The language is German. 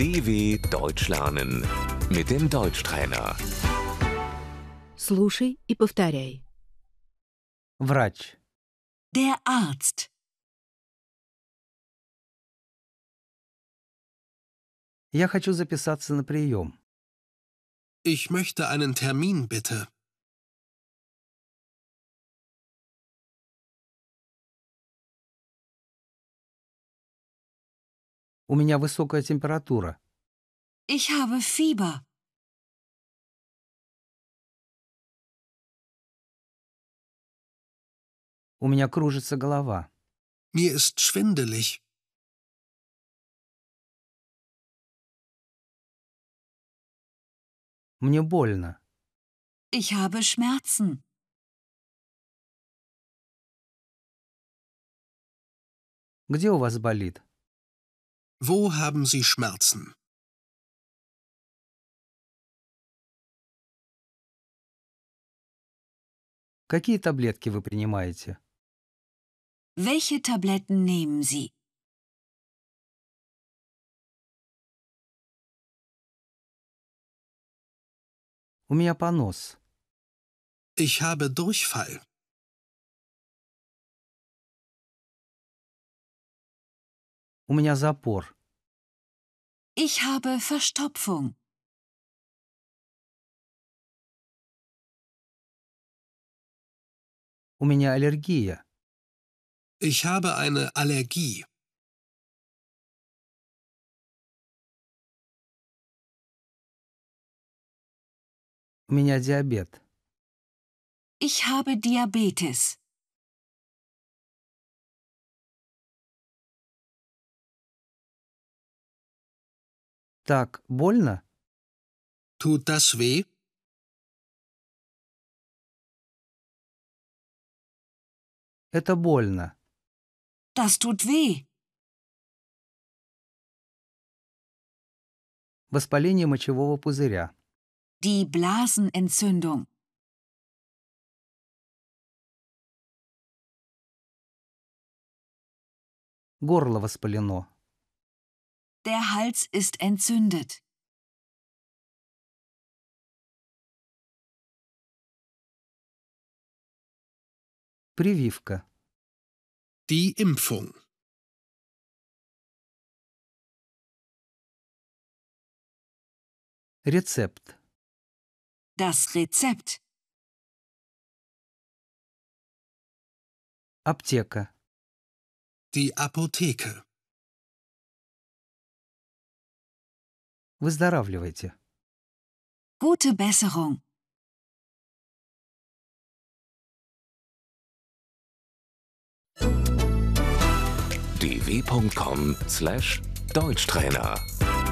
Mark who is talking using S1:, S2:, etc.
S1: DW Deutsch lernen mit dem Deutschtrainer.
S2: Слушай и повторяй.
S3: Врач.
S4: Der Arzt.
S3: Я хочу записаться на прием.
S5: Ich möchte einen Termin bitte.
S3: У меня высокая температура.
S4: Ich habe Fieber.
S3: У меня кружится голова.
S5: Mir ist schwindelig.
S3: Мне больно.
S4: Ich habe Schmerzen.
S3: Где у вас болит?
S5: Wo haben Sie Schmerzen?
S3: Какие таблетки вы принимаете?
S4: Welche Tabletten nehmen Sie?
S3: У меня понос.
S5: Ich habe Durchfall.
S3: У меня запор.
S4: Ich habe Verstopfung.
S3: У меня аллергия.
S5: Ich habe eine Allergie.
S3: У меня диабет.
S4: Ich habe Diabetes.
S3: Так, больно?
S5: Tut das weh?
S3: Это больно.
S4: Das tut weh.
S3: Воспаление мочевого пузыря.
S4: Die Blasenentzündung.
S3: Горло воспалено.
S4: Der Hals ist entzündet.
S3: Прививка.
S5: Die Impfung.
S3: Рецепт.
S4: Das Rezept.
S3: Аптека.
S5: Die Apotheke.
S3: Выздоравливайте.
S4: Gute Besserung.
S1: dw.com/deutschtrainer